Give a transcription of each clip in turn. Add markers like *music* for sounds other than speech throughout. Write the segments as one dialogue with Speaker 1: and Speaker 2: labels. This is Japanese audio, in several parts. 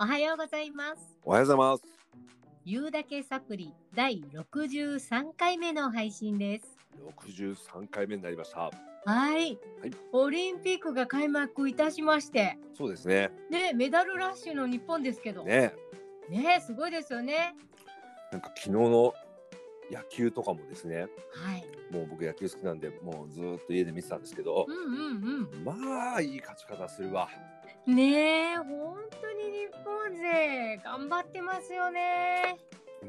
Speaker 1: おはようございます。
Speaker 2: おはようございます。
Speaker 1: ゆうだけサプリ第63回目の配信です。
Speaker 2: 六十三回目になりました。
Speaker 1: はい、オリンピックが開幕いたしまして、
Speaker 2: そうですね。
Speaker 1: ね、メダルラッシュの日本ですけど、ね、
Speaker 2: ね、
Speaker 1: すごいですよね。
Speaker 2: なんか昨日の野球とかもですね。
Speaker 1: はい、
Speaker 2: もう僕野球好きなんで、もうずーっと家で見てたんですけど
Speaker 1: う。んうん
Speaker 2: まあいい勝ち方するわ。
Speaker 1: うん。ねえ、本当に日本勢頑張ってますよね。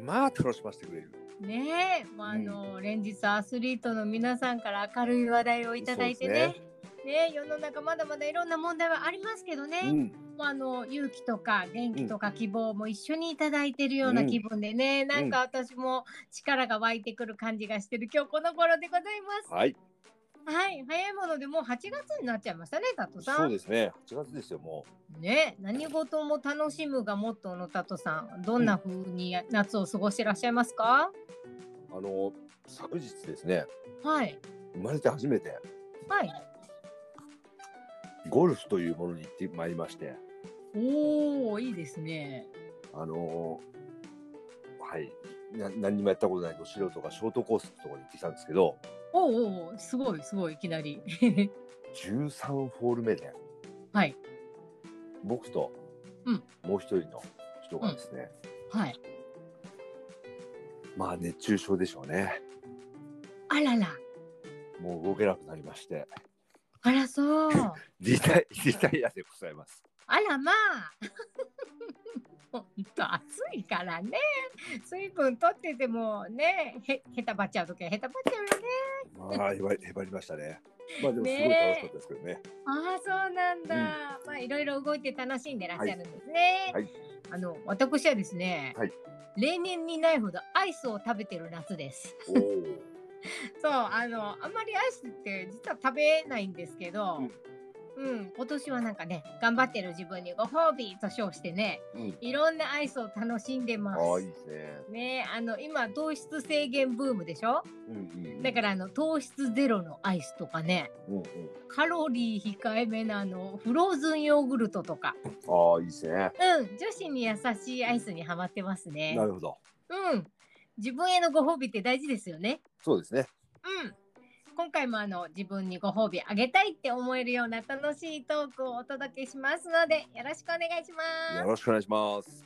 Speaker 2: まあ楽しませてくれる。
Speaker 1: ねえ、まあ、あの、連日アスリートの皆さんから明るい話題をいただいてね
Speaker 2: そ。
Speaker 1: ねえ世の中まだまだいろんな問題はありますけどね。
Speaker 2: うん、
Speaker 1: まあ、あの勇気とか元気とか希望も一緒にいただいてるような気分でね、なんか私も力が湧いてくる感じがしてる今日この頃でございま
Speaker 2: はい。
Speaker 1: す。はい、早いものでもう8月になっちゃいましたね、タトさ。
Speaker 2: そうんですね。八月ですよ。も
Speaker 1: ね、何事も楽しむがモットーのタトさん、どんな風に夏を過ごしてらっしゃいますか？
Speaker 2: うあの昨日ですね。
Speaker 1: はい、
Speaker 2: 生まれて初めて
Speaker 1: はい。
Speaker 2: ゴルフというものに行ってまいりまして、
Speaker 1: おお、いいですね。
Speaker 2: あのはい。な何にもやったことないと素人がショートコースのところに行ってきたんですけど、
Speaker 1: おうおうおう、すごいすごいいきなり。
Speaker 2: 13ホール目で
Speaker 1: はい、
Speaker 2: 僕と
Speaker 1: うん
Speaker 2: もう一人の人がですね、
Speaker 1: はい。
Speaker 2: まあ熱中症でしょうね
Speaker 1: あらら、
Speaker 2: もう動けなくなりまして
Speaker 1: あらそう。
Speaker 2: リタ
Speaker 1: *laughs*
Speaker 2: イリタイアでございます
Speaker 1: あらまあ。 *laughs* 本当暑いからね。水分取っててもね、へへたばっちゃうときはへたばっちゃうよね。
Speaker 2: まあへばりへばりましたねまあでもすごい
Speaker 1: ねえ
Speaker 2: 楽しかったですけどね
Speaker 1: ああ、そうなんだ。
Speaker 2: うん
Speaker 1: まあいろいろ動いて楽しんでらっしゃるんですね。
Speaker 2: はいはい
Speaker 1: あの私はですね、
Speaker 2: はい
Speaker 1: 例年にないほどアイスを食べてる夏です。
Speaker 2: おー
Speaker 1: *laughs* そうあのあんまりアイスって実は食べないんですけど、
Speaker 2: うん
Speaker 1: うん、今年はなんかね頑張ってる自分にご褒美と称してね
Speaker 2: うん
Speaker 1: いろんなアイスを楽しんでます。
Speaker 2: ああいいですね
Speaker 1: ねあの今糖質制限ブームでしょ
Speaker 2: うんうんうん
Speaker 1: だからあの糖質ゼロのアイスとかね
Speaker 2: うんうん
Speaker 1: カロリー控えめなあのフローズンヨーグルトとか
Speaker 2: ああいいですね
Speaker 1: うん女子に優しいアイスにはまってますね
Speaker 2: なるほど
Speaker 1: うん自分へのご褒美って大事ですよね
Speaker 2: そうですね
Speaker 1: うん今回もあの自分にご褒美あげたいって思えるような楽しいトークをお届けしますのでよろしくお願いします
Speaker 2: よろしくお願いします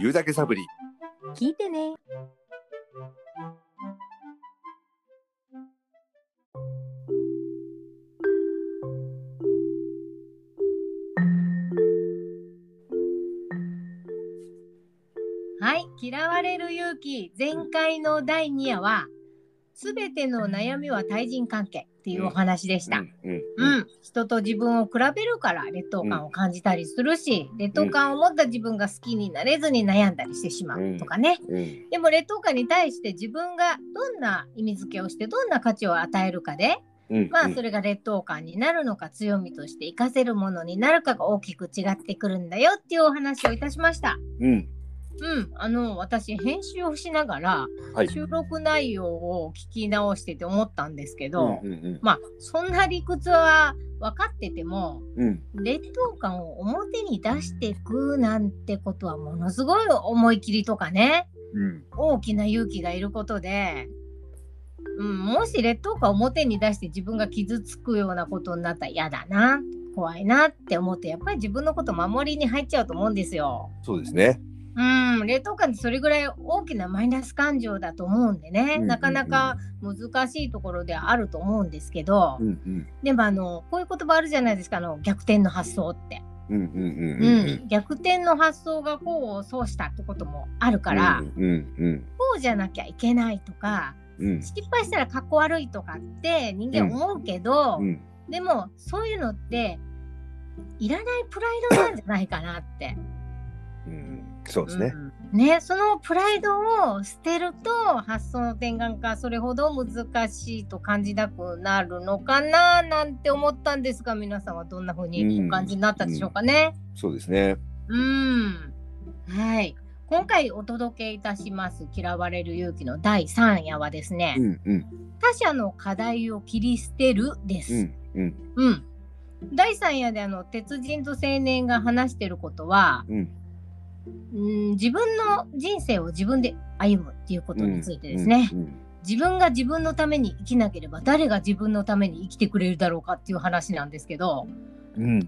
Speaker 2: 言うだけサブリ
Speaker 1: 聞いてね。はい、嫌われる勇気前回の第2夜はすべての悩みは対人関係っていうお話でした。
Speaker 2: うん
Speaker 1: うん、人と自分を比べるから劣等感を感じたりするし、劣等感を持った自分が好きになれずに悩んだりしてしまうとかね、
Speaker 2: うん
Speaker 1: でも劣等感に対して自分がどんな意味付けをしてどんな価値を与えるかで、
Speaker 2: うん
Speaker 1: まあ
Speaker 2: うん
Speaker 1: それが劣等感になるのか強みとして活かせるものになるかが大きく違ってくるんだよっていうお話をいたしました。
Speaker 2: うん、
Speaker 1: うん、あの私編集をしながら
Speaker 2: はい。
Speaker 1: 収録内容を聞き直してて思ったんですけど、
Speaker 2: うんうん
Speaker 1: まあそんな理屈は分かってても
Speaker 2: うんうん
Speaker 1: 劣等感を表に出していくなんてことはものすごい思い切りとかね
Speaker 2: うん
Speaker 1: 大きな勇気がいることで、うん、もし劣等感を表に出して自分が傷つくようなことになったら嫌だな怖いなって思ってやっぱり自分のこと守りに入っちゃうと思うんですよ。
Speaker 2: そうですね。
Speaker 1: うん、劣等感ってそれぐらい大きなマイナス感情だと思うんでね、
Speaker 2: うん
Speaker 1: なかなか難しいところではあると思うんですけど、
Speaker 2: うん
Speaker 1: でもあのこういう言葉あるじゃないですかあの逆転の発想って、
Speaker 2: うんうんうん
Speaker 1: うん逆転の発想が功を奏したってこともあるから、
Speaker 2: うんうん
Speaker 1: こうじゃなきゃいけないとか
Speaker 2: うん
Speaker 1: 失敗したらかっこ悪いとかって人間思うけど、
Speaker 2: うん
Speaker 1: でもそういうのっていらないプライドなんじゃないかなって。
Speaker 2: うんそうですね。
Speaker 1: うんねそのプライドを捨てると発想の転換がそれほど難しいと感じなくなるのかななんて思ったんですが皆さんはどんな風にお感じになったでしょうかね。
Speaker 2: そうですね。
Speaker 1: うん、はい今回お届けいたします「嫌われる勇気」の第3夜はですね、
Speaker 2: うんうん
Speaker 1: 他者の課題を切り捨てるです。
Speaker 2: うんうん
Speaker 1: うん。第3夜であの鉄人と青年が話してることは、
Speaker 2: うん
Speaker 1: うん、自分の人生を自分で歩むっていうことについてですね、
Speaker 2: うんうん
Speaker 1: 自分が自分のために生きなければ誰が自分のために生きてくれるだろうかっていう話なんですけど、
Speaker 2: うん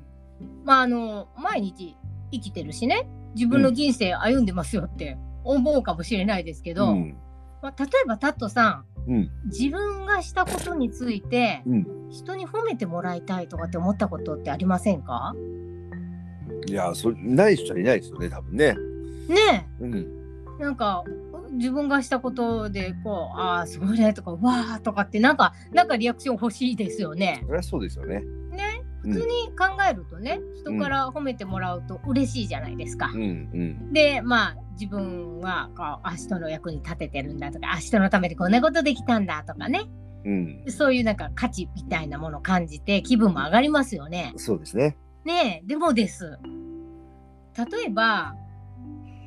Speaker 1: まああの毎日生きてるしね自分の人生歩んでますよって思うかもしれないですけど、
Speaker 2: うん
Speaker 1: まあ、例えばタットさん、
Speaker 2: うん
Speaker 1: 自分がしたことについて
Speaker 2: うん
Speaker 1: 人に褒めてもらいたいとかって思ったことってありませんか
Speaker 2: いやそれない人はいないですよね多分ね
Speaker 1: ね
Speaker 2: うん
Speaker 1: えなんか自分がしたことでこう「ああすごいね」とか「わあ」とかってなんかなんかリアクション欲しいですよね。
Speaker 2: そりゃそうですよね
Speaker 1: ね
Speaker 2: うん
Speaker 1: 普通に考えるとね人から褒めてもらうと嬉しいじゃないですか。
Speaker 2: うんうん
Speaker 1: でまあ自分はこう明日の役に立ててるんだとか明日のためにこんなことできたんだとかね
Speaker 2: うん
Speaker 1: そういうなんか価値みたいなものを感じて気分も上がりますよね。
Speaker 2: そうですね
Speaker 1: ねえでもです例えば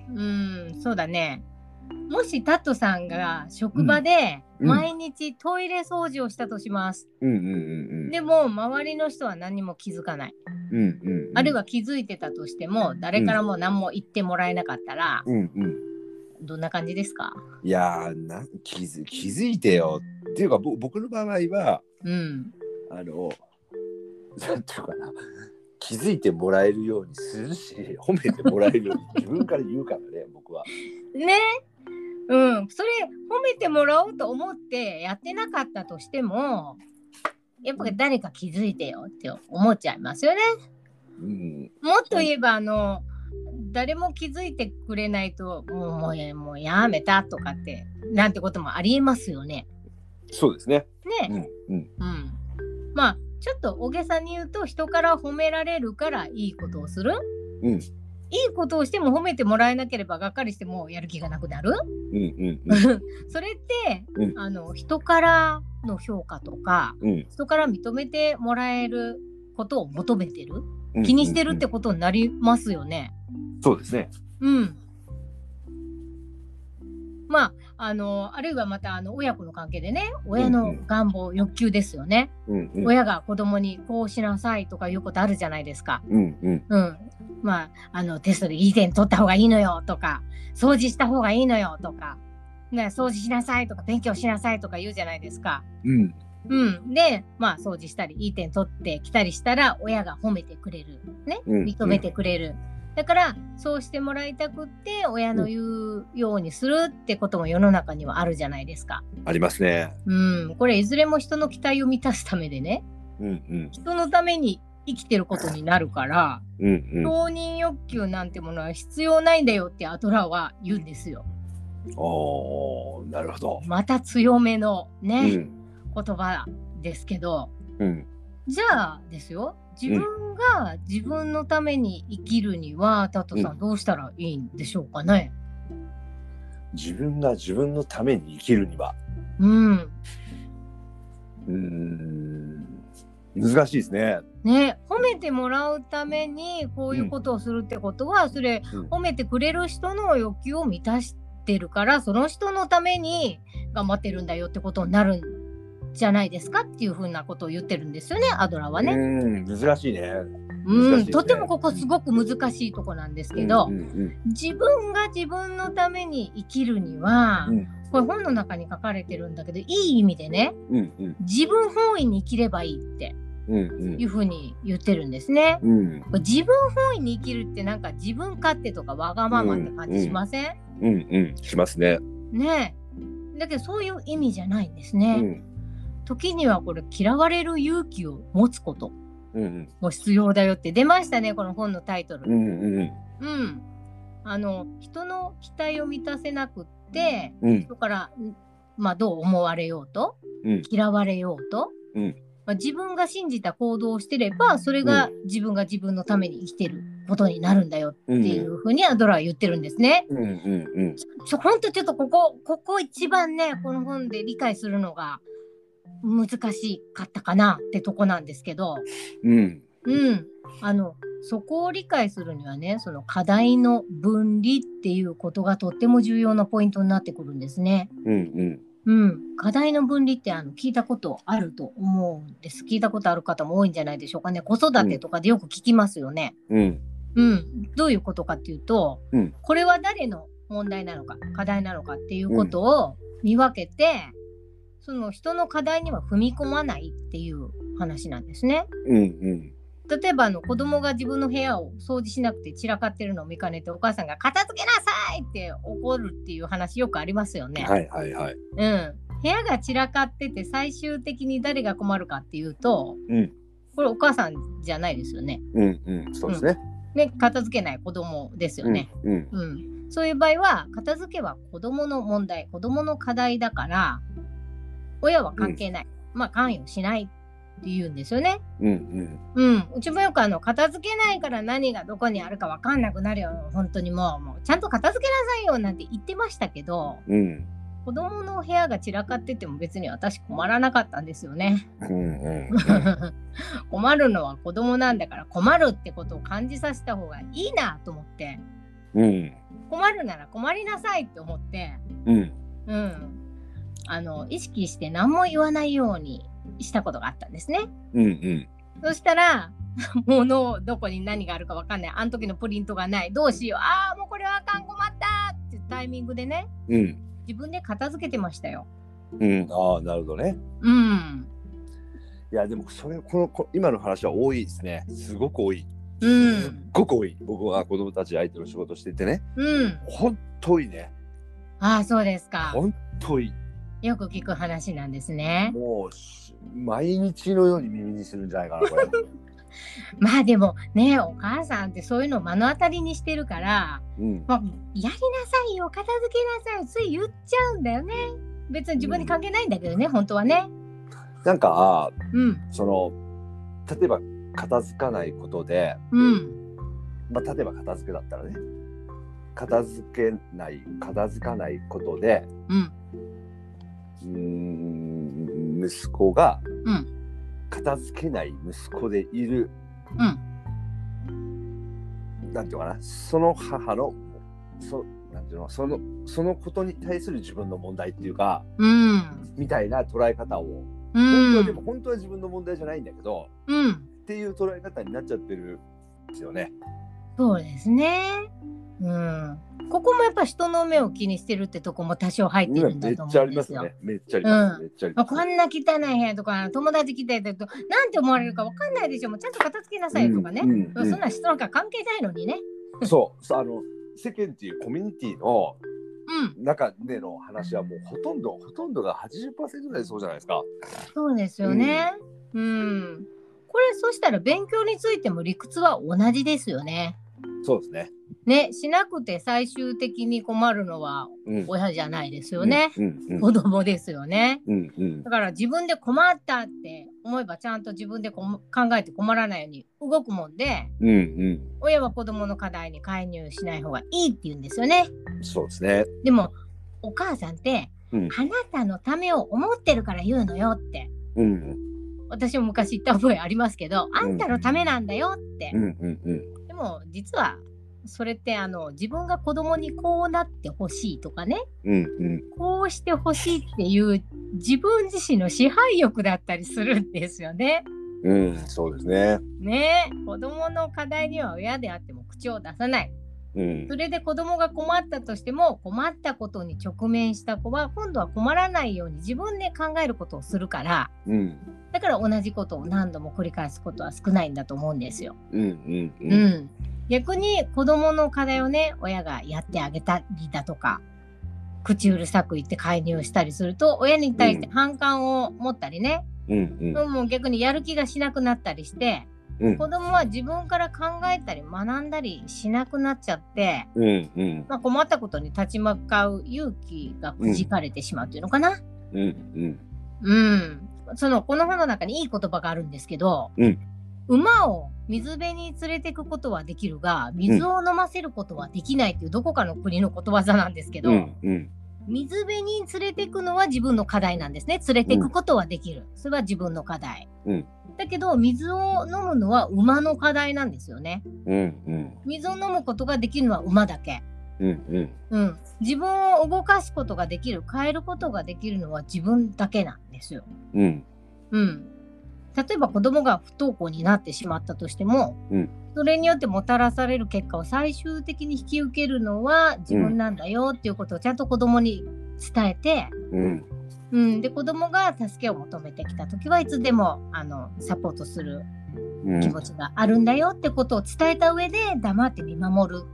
Speaker 1: うーんそうだねもしタットさんが職場で
Speaker 2: うんうん
Speaker 1: 毎日トイレ掃除をしたとします、
Speaker 2: うんうんうんうん
Speaker 1: でも周りの人は何も気づかない、
Speaker 2: うんうんうん
Speaker 1: あるいは気づいてたとしても誰からも何も言ってもらえなかったら、
Speaker 2: うんうん
Speaker 1: どんな感じですか
Speaker 2: いやーな気づ気づいてよっていうかぼ僕の場合は
Speaker 1: うん
Speaker 2: あのなんていうかな気づいてもらえるようにするし褒めてもらえるように
Speaker 1: *laughs*
Speaker 2: 自分から言うからね僕は。
Speaker 1: ねうんそれ褒めてもらおうと思ってやってなかったとしてもやっぱり誰か気づいてよって思っちゃいますよね。
Speaker 2: うん
Speaker 1: もっと言えばあの誰も気づいてくれないともうもうやもうやめたとかってなんてこともありえますよね。
Speaker 2: そうですね。う
Speaker 1: ね、
Speaker 2: んうん
Speaker 1: うん、まあちょっと大げさに言うと人から褒められるからいいことをする。
Speaker 2: うん
Speaker 1: いいことをしても褒めてもらえなければがっかりしてもうやる気がなくなる。
Speaker 2: うんうん
Speaker 1: それって、
Speaker 2: うん
Speaker 1: あの人からの評価とか
Speaker 2: うん
Speaker 1: 人から認めてもらえることを求めてる
Speaker 2: うん。
Speaker 1: 気にしてるってことになりますよね。
Speaker 2: そうですね。
Speaker 1: うん。まあ、あの、あるいはまた、あの、親子の関係でね、親の願望、欲求ですよね。
Speaker 2: うんうん
Speaker 1: 親が子供にこうしなさいとかいうことあるじゃないですか。
Speaker 2: うんうん
Speaker 1: うん。まあ、あの、テストでいい点取った方がいいのよとか、掃除した方がいいのよとか、ね、掃除しなさいとか、勉強しなさいとか言うじゃないですか。
Speaker 2: うん
Speaker 1: うん。で、まあ、掃除したり、いい点取ってきたりしたら、親が褒めてくれる。ね。
Speaker 2: うん。
Speaker 1: 認めてくれる。だからそうしてもらいたくって親の言うようにするってことも世の中にはあるじゃないですか。
Speaker 2: ありますね。
Speaker 1: うん、これいずれも人の期待を満たすためでね
Speaker 2: うん
Speaker 1: 人のために生きてることになるから
Speaker 2: うんうんうん。
Speaker 1: 承認欲求なんてものは必要ないんだよってアトラは言うんですよ。
Speaker 2: おおなるほど。
Speaker 1: また強めの
Speaker 2: う
Speaker 1: ね、
Speaker 2: ん
Speaker 1: 言葉ですけど
Speaker 2: うん
Speaker 1: じゃあですよ自分が自分のために生きるにはタトさ
Speaker 2: うん
Speaker 1: どうしたらいいんでしょうかね。
Speaker 2: 自分が自分のために生きるには
Speaker 1: うん
Speaker 2: うーん難しいですね。
Speaker 1: ね、褒めてもらうためにこういうことをするってことは、それ
Speaker 2: うん
Speaker 1: 褒めてくれる人の欲求を満たしてるからその人のために頑張ってるんだよってことになるんじゃないですかっていうふうなことを言ってるんですよねアドラはね。
Speaker 2: うん難しいね。
Speaker 1: うん
Speaker 2: 難しいね
Speaker 1: とってもここすごく難しいとこなんですけど、
Speaker 2: うんうん
Speaker 1: 自分が自分のために生きるには、
Speaker 2: うん
Speaker 1: これ本の中に書かれてるんだけどいい意味でね
Speaker 2: うんうん
Speaker 1: 自分本位に生きればいいって
Speaker 2: うん
Speaker 1: いうふうに言ってるんですね。
Speaker 2: うんうん
Speaker 1: 自分本位に生きるってなんか自分勝手とかわがままって感じしません、
Speaker 2: うんうんしますね。
Speaker 1: ねえだけどそういう意味じゃないんです
Speaker 2: う
Speaker 1: ね、
Speaker 2: ん
Speaker 1: 時にはこれ嫌われる勇気を持つこと
Speaker 2: うん
Speaker 1: も必要だよって出ましたねこの本のタイト
Speaker 2: う
Speaker 1: ル
Speaker 2: んうん
Speaker 1: うん、あの人の期待を満たせなくって
Speaker 2: うん
Speaker 1: 人からんまあどう思われようと
Speaker 2: うん
Speaker 1: 嫌われようと、
Speaker 2: うん
Speaker 1: まあ、自分が信じた行動をしてればそれが自分が自分のために生きてることになるんだよ
Speaker 2: うん
Speaker 1: っていうふうにアドラーは言ってるんですね。
Speaker 2: うんうんうん
Speaker 1: ちょほんとちょっとここここ一番ねこの本で理解するのが難しかったかなってとこなんですけど、
Speaker 2: うん
Speaker 1: うん、あのそこを理解するにはねその課題の分離っていうことがとっても重要なポイントになってくるんですね。
Speaker 2: うんうん。
Speaker 1: うん、課題の分離ってあの聞いたことあると思うんです聞いたことある方も多いんじゃないでしょうかね子育てとかでよく聞きますよね。
Speaker 2: うん。
Speaker 1: うん、どういうことかっていうと、
Speaker 2: うん
Speaker 1: これは誰の問題なのか課題なのかっていうことを見分けて、その人の課題には踏み込まないっていう話なんですね。
Speaker 2: うんうん。
Speaker 1: 例えばあの子供が自分の部屋を掃除しなくて散らかってるのを見かねてお母さんが「片付けなさい!」って怒るっていう話よくありますよね。
Speaker 2: はいはいはい。
Speaker 1: うん、部屋が散らかってて最終的に誰が困るかっていうと
Speaker 2: うん。
Speaker 1: これお母さんじゃないですよね。
Speaker 2: うんうん。そうですね。
Speaker 1: ね片付けない子供ですよ
Speaker 2: うん。
Speaker 1: ね。
Speaker 2: うん。
Speaker 1: うん、そういう場合は片付けは子どもの問題子どもの課題だから親は関係ない、まあ関与しないって言うんですよね。
Speaker 2: うんうん。
Speaker 1: うん、うちもよくあの片付けないから何がどこにあるか分かんなくなるよ本当にもうもうちゃんと片付けなさいよなんて言ってましたけど
Speaker 2: うん。
Speaker 1: 子どもの部屋が散らかってても別に私困らなかったんですよね。
Speaker 2: うんうん。
Speaker 1: *laughs* 困るのは子どもなんだから困るってことを感じさせた方がいいなと思って
Speaker 2: うん。
Speaker 1: 困るなら困りなさいって思って。
Speaker 2: うん。
Speaker 1: うん、あの意識して何も言わないようにしたことがあったんですね。
Speaker 2: うんうん。
Speaker 1: そしたら *laughs* 物をどこに何があるかわかんないあの時のプリントがないどうしようああもうこれはあかん困ったっていうタイミングでね
Speaker 2: うん。
Speaker 1: 自分で片付けてましたよ。
Speaker 2: うん。ああ、なるほどね。
Speaker 1: うん、
Speaker 2: いや、でも、それ、この、こ今の話は多いですね。すごく多い。
Speaker 1: う
Speaker 2: すっ
Speaker 1: ん、
Speaker 2: ごく多い。僕は子供たち相手の仕事しててね。
Speaker 1: うん、
Speaker 2: 本当いね。
Speaker 1: ああそうですか
Speaker 2: 本当い。
Speaker 1: よく聞く話なんですね。
Speaker 2: もうし、毎日のように耳にするんじゃないかな、これ。
Speaker 1: まあでもねお母さんってそういうのを目の当たりにしてるから
Speaker 2: うん。
Speaker 1: まあ、やりなさいよ片付けなさいつい言っちゃうんだよね別に自分に関係ないんだけどね、本当はね
Speaker 2: なんか、
Speaker 1: うん
Speaker 2: その例えば片付かないことで、
Speaker 1: うん
Speaker 2: まあ、例えば片付けだったらね片付けない片付かないことで
Speaker 1: うん
Speaker 2: うーん息子が
Speaker 1: うん
Speaker 2: 片付けない息子でいる
Speaker 1: うん
Speaker 2: なんていうのかなその母のそなんていうのそのそのことに対する自分の問題っていうか
Speaker 1: うん
Speaker 2: みたいな捉え方を
Speaker 1: う
Speaker 2: 本当は
Speaker 1: ん
Speaker 2: でも本当は自分の問題じゃないんだけど
Speaker 1: うん
Speaker 2: っていう捉え方になっちゃってるんですよね。
Speaker 1: そうですねうんここもやっぱ人の目を気にしてるってとこも多少入ってるんだ
Speaker 2: めっ
Speaker 1: と
Speaker 2: ち
Speaker 1: 思
Speaker 2: ゃあ
Speaker 1: うん
Speaker 2: り
Speaker 1: で
Speaker 2: ます
Speaker 1: すよ。
Speaker 2: ね。めっちゃあります。
Speaker 1: うん
Speaker 2: めっちゃあり
Speaker 1: まあ
Speaker 2: ます。
Speaker 1: こんな汚い部屋とか友達来てるとなんて思われるかわかんないでしょもうちゃんと片付けなさいよとかね、
Speaker 2: うんうん
Speaker 1: うんそんな人なんか関係ないのにね
Speaker 2: そう、そうあの世間っていうコミュニティの
Speaker 1: うん
Speaker 2: 中での話はもうほとんどほとんどが80%ぐらいそうじゃないですか。
Speaker 1: そうですよね。うん。これそしたら勉強についても理屈は同じですよね。
Speaker 2: そうですね。
Speaker 1: ね、しなくて最終的に困るのは
Speaker 2: うん。
Speaker 1: 親じゃないですよね。
Speaker 2: うんうん
Speaker 1: 子供ですよね。
Speaker 2: うんうん
Speaker 1: だから自分で困ったって思えばちゃんと自分でこも考えて困らないように動くもんで
Speaker 2: うんうん
Speaker 1: 親は子供の課題に介入しない方がいいって言うんですよね。
Speaker 2: うん。そうですね。
Speaker 1: でもお母さんって、
Speaker 2: うん
Speaker 1: あなたのためを思ってるから言うのよって
Speaker 2: うん
Speaker 1: 私も昔言った覚えありますけど、あんたのためなんだよって
Speaker 2: うんう、んうん
Speaker 1: でも実はそれってあの自分が子供にこうなってほしいとかね
Speaker 2: うんうん。
Speaker 1: こうしてほしいっていう自分自身の支配欲だったりするんですよね。
Speaker 2: うん、そうですね。
Speaker 1: ねえ子供の課題には親であっても口を出さない
Speaker 2: うん
Speaker 1: そ。れで子供が困ったとしても困ったことに直面した子は今度は困らないように自分で考えることをするから
Speaker 2: うん。
Speaker 1: だから同じことを何度も繰り返すことは少ないんだと思うんですよ。
Speaker 2: うんうんう。
Speaker 1: うんん、逆に子どもの課題をね親がやってあげたりだとか口うるさく言って介入したりすると親に対して反感を持ったりね、
Speaker 2: うん
Speaker 1: もう逆にやる気がしなくなったりして
Speaker 2: うん。
Speaker 1: 子どもは自分から考えたり学んだりしなくなっちゃって、
Speaker 2: うんうん
Speaker 1: まあ、困ったことに立ち向かう勇気がくじかれてしまうっていうのかな。
Speaker 2: うんうん
Speaker 1: うん、そのこの本の中にいい言葉があるんですけど、
Speaker 2: うん
Speaker 1: 馬を水辺に連れてくことはできるが水を飲ませることはできないっていうどこかの国のことわざなんですけど、
Speaker 2: うんうん
Speaker 1: 水辺に連れてくのは自分の課題なんですね連れてくことはできる、それは自分の課題、
Speaker 2: うん
Speaker 1: だけど水を飲むのは馬の課題なんですよね。
Speaker 2: うん
Speaker 1: 水を飲むことができるのは馬だけ。
Speaker 2: うんうん
Speaker 1: うん、自分を動かすことができる変えることができるのは自分だけなんですよ。
Speaker 2: うん
Speaker 1: うん、例えば子供が不登校になってしまったとしても、
Speaker 2: うん
Speaker 1: それによってもたらされる結果を最終的に引き受けるのは自分なんだよっていうことをちゃんと子供に伝えて、
Speaker 2: うん
Speaker 1: うん、で子供が助けを求めてきた時はいつでもあのサポートする
Speaker 2: うん
Speaker 1: 気持ちがあるんだよってことを伝えた上で黙って見守る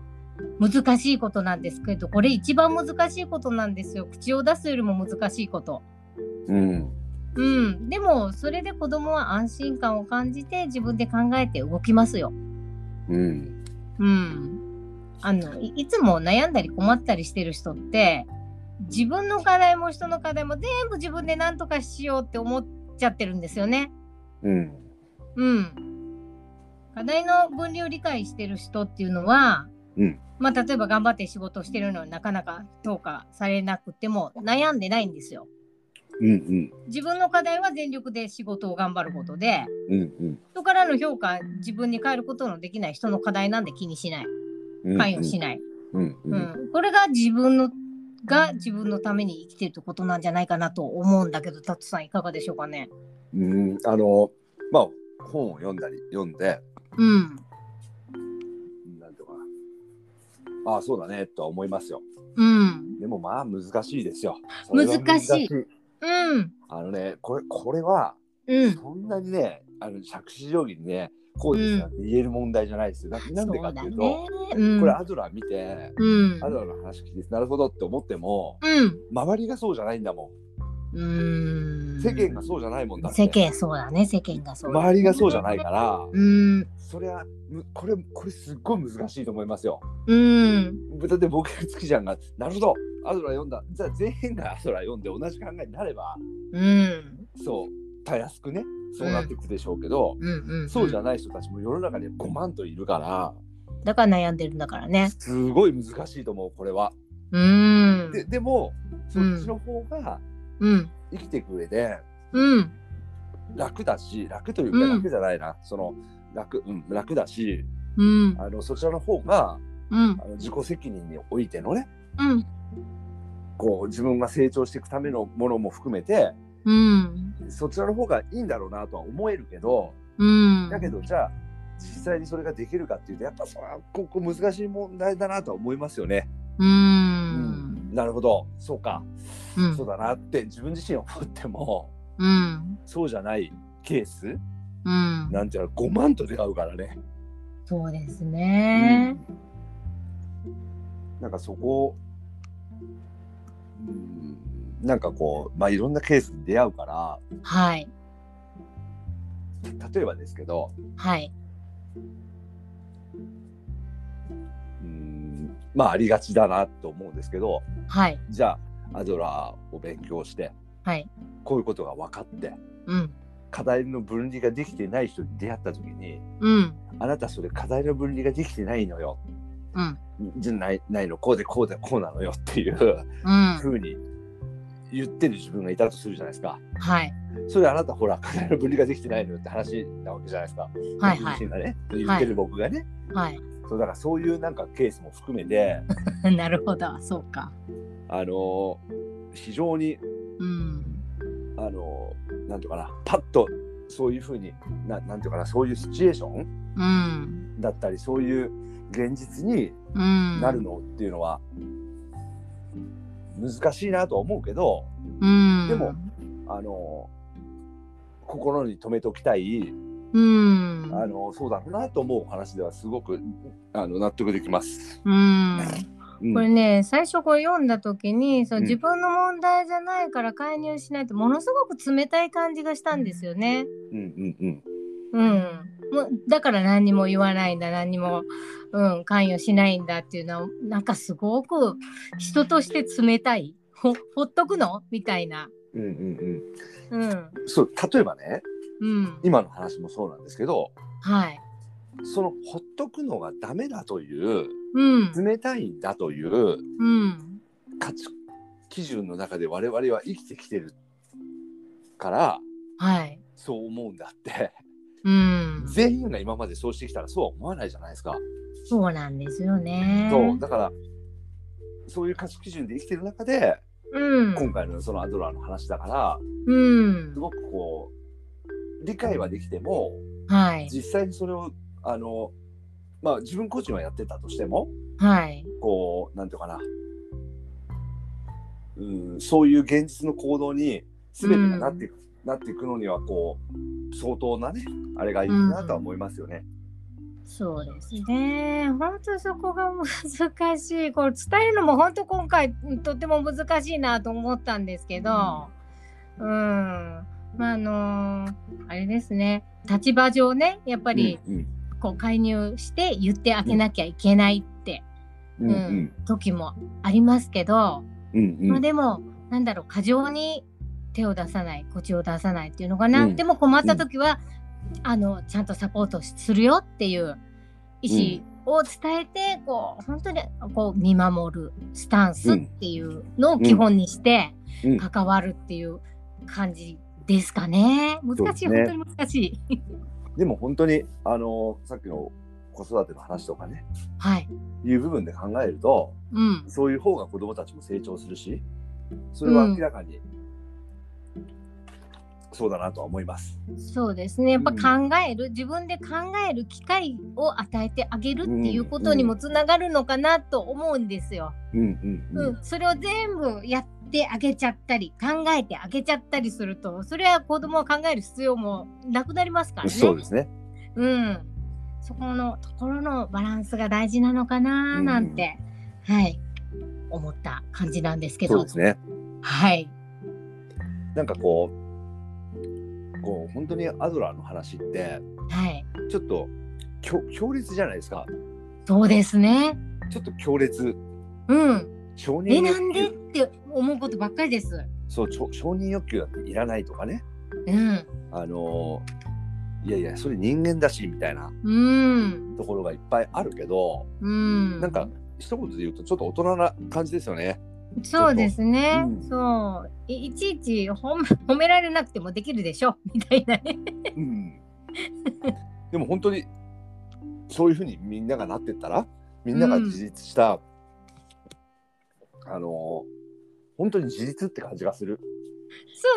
Speaker 1: 難しいことなんですけどこれ一番難しいことなんですよ口を出すよりも難しいこと。
Speaker 2: うん
Speaker 1: うん、でもそれで子供は安心感を感じて自分で考えて動きますよ。
Speaker 2: うん
Speaker 1: うん、あのいいつも悩んだり困ったりしてる人って自分の課題も人の課題も全部自分で何とかしようって思っちゃってるんですよね。
Speaker 2: うん
Speaker 1: うん、課題の分離を理解してる人っていうのは、
Speaker 2: うん
Speaker 1: まあ、例えば頑張って仕事をしてるのになかなか評価されなくても悩んでないんですよ。
Speaker 2: うん
Speaker 1: 自分の課題は全力で仕事を頑張ることで
Speaker 2: うん
Speaker 1: 人からの評価自分に変えることのできない人の課題なんで気にしない
Speaker 2: うん
Speaker 1: 関与しない、
Speaker 2: うん
Speaker 1: う
Speaker 2: うん
Speaker 1: んこれが自分のが自分のために生きてるってことなんじゃないかなと思うんだけどタツさんいかがでしょうかね。
Speaker 2: うんあのまあ本を読んだり読んで
Speaker 1: うん、
Speaker 2: なんとかああそうだねとは思いますよ
Speaker 1: うん、
Speaker 2: でもまあ難しいですよ
Speaker 1: 難しいうん、
Speaker 2: あのねこれこれは
Speaker 1: うん
Speaker 2: そんなにね、あの杓子定規にね、こうですなんて言える問題じゃないですよ。ななんでかっていうと、
Speaker 1: そうだね、
Speaker 2: これアドラー見て、
Speaker 1: うん、
Speaker 2: アドラーの話聞いて、なるほどって思っても、
Speaker 1: うん、
Speaker 2: 周りがそうじゃないんだも
Speaker 1: うん、うん
Speaker 2: ん。世間がそうじゃないもんだって。
Speaker 1: 世間そうだね世間がそうだ、
Speaker 2: 周りがそうじゃないから、
Speaker 1: うん
Speaker 2: それはむこれこれすっごい難しいと思いますよ。
Speaker 1: うん
Speaker 2: だって僕が月ちゃんがなるほどアドラー読んだじゃあ全員がアドラー読んで同じ考えになれば
Speaker 1: うん
Speaker 2: そうたやすくねそうなっていくでしょうけど、
Speaker 1: うんうん
Speaker 2: そうじゃ
Speaker 1: ん
Speaker 2: ない人たちも世の中には5万といるから、
Speaker 1: だから悩んでるんだからね
Speaker 2: すごい難しいと思うこれは。
Speaker 1: うん
Speaker 2: ででもそっちの方が
Speaker 1: うん
Speaker 2: 生きていく上で
Speaker 1: うん
Speaker 2: 楽だし楽という
Speaker 1: う
Speaker 2: か
Speaker 1: ん
Speaker 2: 楽じゃないな、その楽,、うん、楽だし
Speaker 1: うん
Speaker 2: あのそちらの方が
Speaker 1: うん
Speaker 2: あの自己責任においてのね
Speaker 1: うん
Speaker 2: こう自分が成長していくためのものも含めて
Speaker 1: うん
Speaker 2: そちらの方がいいんだろうなとは思えるけど
Speaker 1: うん
Speaker 2: だけどじゃあ実際にそれができるかっていうとやっぱそれはここ難しい問題だなとは思いますよね。
Speaker 1: う
Speaker 2: うんなるほどそうか、
Speaker 1: うん
Speaker 2: そうだなって自分自身思っても。 *laughs*
Speaker 1: うん
Speaker 2: そうじゃないケース
Speaker 1: うん
Speaker 2: なんていうの5万と出会うからね、
Speaker 1: そうですね
Speaker 2: なんかそこをうんなんかこうまあいろんなケースに出会うから
Speaker 1: はい
Speaker 2: 例えばですけど
Speaker 1: はい
Speaker 2: うんまあありがちだなと思うんですけど
Speaker 1: はい
Speaker 2: じゃあアドラーを勉強して
Speaker 1: はい
Speaker 2: こういうことが分かって
Speaker 1: うん
Speaker 2: 課題の分離ができてない人に出会った時に
Speaker 1: うん
Speaker 2: あなたそれ課題の分離ができてないのよ
Speaker 1: うん
Speaker 2: じゃないないのこうでこうでこうなのよっていう
Speaker 1: うん
Speaker 2: ふうに言ってる自分がいたとするじゃないですか。
Speaker 1: はい
Speaker 2: それあなたほら課題の分離ができてないのよって話なわけじゃないですか。
Speaker 1: はい
Speaker 2: 僕
Speaker 1: は
Speaker 2: 自
Speaker 1: い
Speaker 2: 身がね言ってる僕がね、
Speaker 1: はい
Speaker 2: そうだからそういうなんかケースも含めて
Speaker 1: *laughs* なるほど、そうか。
Speaker 2: あのー非常に
Speaker 1: うん。
Speaker 2: あのーなんていうかなパッとそういうふうにななんていうかなそういうシチュエーション
Speaker 1: うん。
Speaker 2: だったりそういう現実に
Speaker 1: うん。
Speaker 2: なる。のっていうのは難しいなとは思うけど
Speaker 1: うん。
Speaker 2: でも。あのー心に留めておきたい
Speaker 1: うん。
Speaker 2: あのそうだろうなと思うお話ではすごくあの納得できます。
Speaker 1: うん。
Speaker 2: うん
Speaker 1: これね、最初これ読んだ時に、そううん自分の問題じゃないから介入しないとものすごく冷たい感じがしたんですよね。
Speaker 2: うんうんうん
Speaker 1: うん。もうだから何にも言わないんだ何にも、うん、関与しないんだっていうのはなんかすごく人として冷たいほほっとくのみたいな、
Speaker 2: うんうん
Speaker 1: うん
Speaker 2: うん。そう例えばね
Speaker 1: うん、
Speaker 2: 今の話もそうなんですけど
Speaker 1: はい、
Speaker 2: そのほっとくのがダメだという
Speaker 1: うん
Speaker 2: 冷たいんだという
Speaker 1: うん
Speaker 2: 価値基準の中で我々は生きてきてるから
Speaker 1: はい、
Speaker 2: そう思うんだって
Speaker 1: うん。
Speaker 2: 全員が今までそうしてきたらそうは思わないじゃないですか。
Speaker 1: そうなんですよね。
Speaker 2: そうだからそういう価値基準で生きてる中で
Speaker 1: うん。
Speaker 2: 今回のそのアドラーの話だから
Speaker 1: うん
Speaker 2: す。ごくこう理解はできても
Speaker 1: はい。
Speaker 2: 実際にそれをあのまあ自分個人はやってたとしても
Speaker 1: はい。
Speaker 2: こうなんていうかなうんそういう現実の行動に全てがなっていく、なっていくのにはこう相当なねあれがいいなとは思いますよね。
Speaker 1: そうですね。本当そこが難しい。これ伝えるのも本当今回とても難しいなと思ったんですけど、うん。まああのあれですね。立場上ね、やっぱり
Speaker 2: うん
Speaker 1: こう介入して言ってあげなきゃいけないって、
Speaker 2: う
Speaker 1: うん
Speaker 2: んうん
Speaker 1: 時もありますけど、
Speaker 2: うんうん
Speaker 1: まあでもなんだろう過剰に手を出さない口を出さないっていうのかな、
Speaker 2: うん
Speaker 1: でも困った時は、あのちゃんとサポートするよっていう意思を伝えて、こう本当にこう見守るスタンスっていうのを基本にして
Speaker 2: うんうん
Speaker 1: 関わるっていう感じですかね。難しい、
Speaker 2: そう
Speaker 1: 本
Speaker 2: ですね
Speaker 1: 当に難しい。
Speaker 2: でも本当にあのさっきの子育ての話とかね
Speaker 1: はい。
Speaker 2: いう部分で考えると
Speaker 1: うん。
Speaker 2: そういう方が子どもたちも成長するしそれは明らかに、そうだなとは思います。
Speaker 1: そうですねやっぱ
Speaker 2: うん
Speaker 1: 考える、自分で考える機会を与えてあげるっていうこと
Speaker 2: うん
Speaker 1: にもつながるのかなと思うんですよ。
Speaker 2: うんうん
Speaker 1: うん、それを全部やってあげちゃったり考えてあげちゃったりするとそれは子供は考える必要もなくなりますからね。
Speaker 2: そうですね。
Speaker 1: うん、そこのところのバランスが大事なのかななんて、はい思った感じなんですけ
Speaker 2: そう
Speaker 1: ど
Speaker 2: ですね。
Speaker 1: はい、
Speaker 2: なんかこう、こう本当にアドラーの話って、
Speaker 1: はい、
Speaker 2: ちょっと強強烈じゃないですか。
Speaker 1: そうですね。
Speaker 2: ちょっと強烈。
Speaker 1: うん、
Speaker 2: 承
Speaker 1: え
Speaker 2: 認
Speaker 1: な
Speaker 2: 欲
Speaker 1: んでっ
Speaker 2: 求。
Speaker 1: て思うことばっかりです。
Speaker 2: そう、ちょ承認欲求だっていらないとかね。
Speaker 1: うん、
Speaker 2: あのーいやいや、それ人間だし、みたいな
Speaker 1: うん、
Speaker 2: ところがいっぱいあるけど、
Speaker 1: うん、
Speaker 2: なんか一言で言うと、ちょっと大人な感じです
Speaker 1: *laughs*
Speaker 2: よね。
Speaker 1: そうですね、
Speaker 2: うん
Speaker 1: そういいちいち褒め褒められなくてもできるでしょ *laughs* みたいなね
Speaker 2: うん。でも本当に、そういうふうにみんながなってったら、みんなが自立した、あのー本当に自立って感じがする。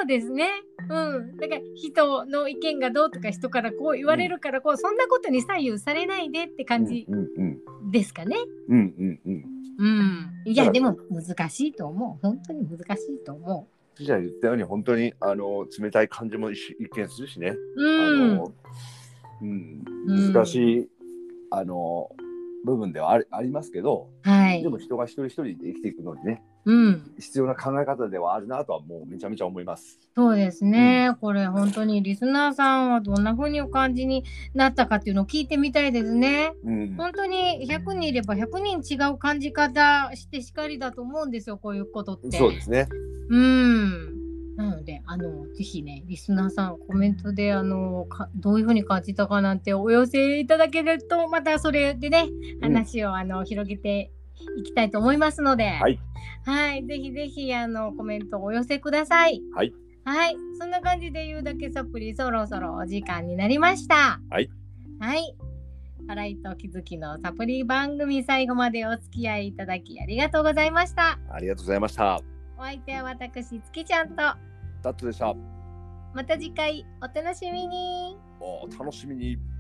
Speaker 1: そうですねうんだから人の意見がどうとか人からこう言われるからこう、そんなことに左右されないでって感じ
Speaker 2: うんうん
Speaker 1: ですかね
Speaker 2: うんうんうんうん。
Speaker 1: うんい
Speaker 2: だか
Speaker 1: や
Speaker 2: ら
Speaker 1: でも難しいと思う本当に難しいと思
Speaker 2: じゃ言ったように本当にあの冷たい感じも一緒一見するしね。
Speaker 1: ううん
Speaker 2: あのうん
Speaker 1: うん
Speaker 2: 難しい、あの部分ではありありますけど、
Speaker 1: はい
Speaker 2: でも人が一人一人で生きていくのにね
Speaker 1: うん
Speaker 2: 必要な考え方ではあるなとはもうめちゃめちゃ思います。
Speaker 1: そうですね、これ本当にリスナーさんはどんな風にお感じになったかっていうのを聞いてみたいですね
Speaker 2: うん、
Speaker 1: 本当に100人いれば100人違う感じ方してしかりだと思うんですよこういうことって。
Speaker 2: そうですね。、
Speaker 1: うんなのであのぜひねリスナーさんコメントであのかどういうふうに感じたかなんてお寄せいただけるとまたそれでね話を、あの広げていきたいと思いますので、はいはいぜひぜひあのコメントをお寄せください。
Speaker 2: はい
Speaker 1: はい、そんな感じで言うだけサプリそろそろお時間になりました。
Speaker 2: はい。
Speaker 1: はい。笑いと気づきのサプリ番組最後までお付き合いいただきありがとうございました。
Speaker 2: ありがとうございました。
Speaker 1: お相手は私月ちゃんと
Speaker 2: ダットでした。
Speaker 1: また次回お楽しみに。
Speaker 2: お楽しみに。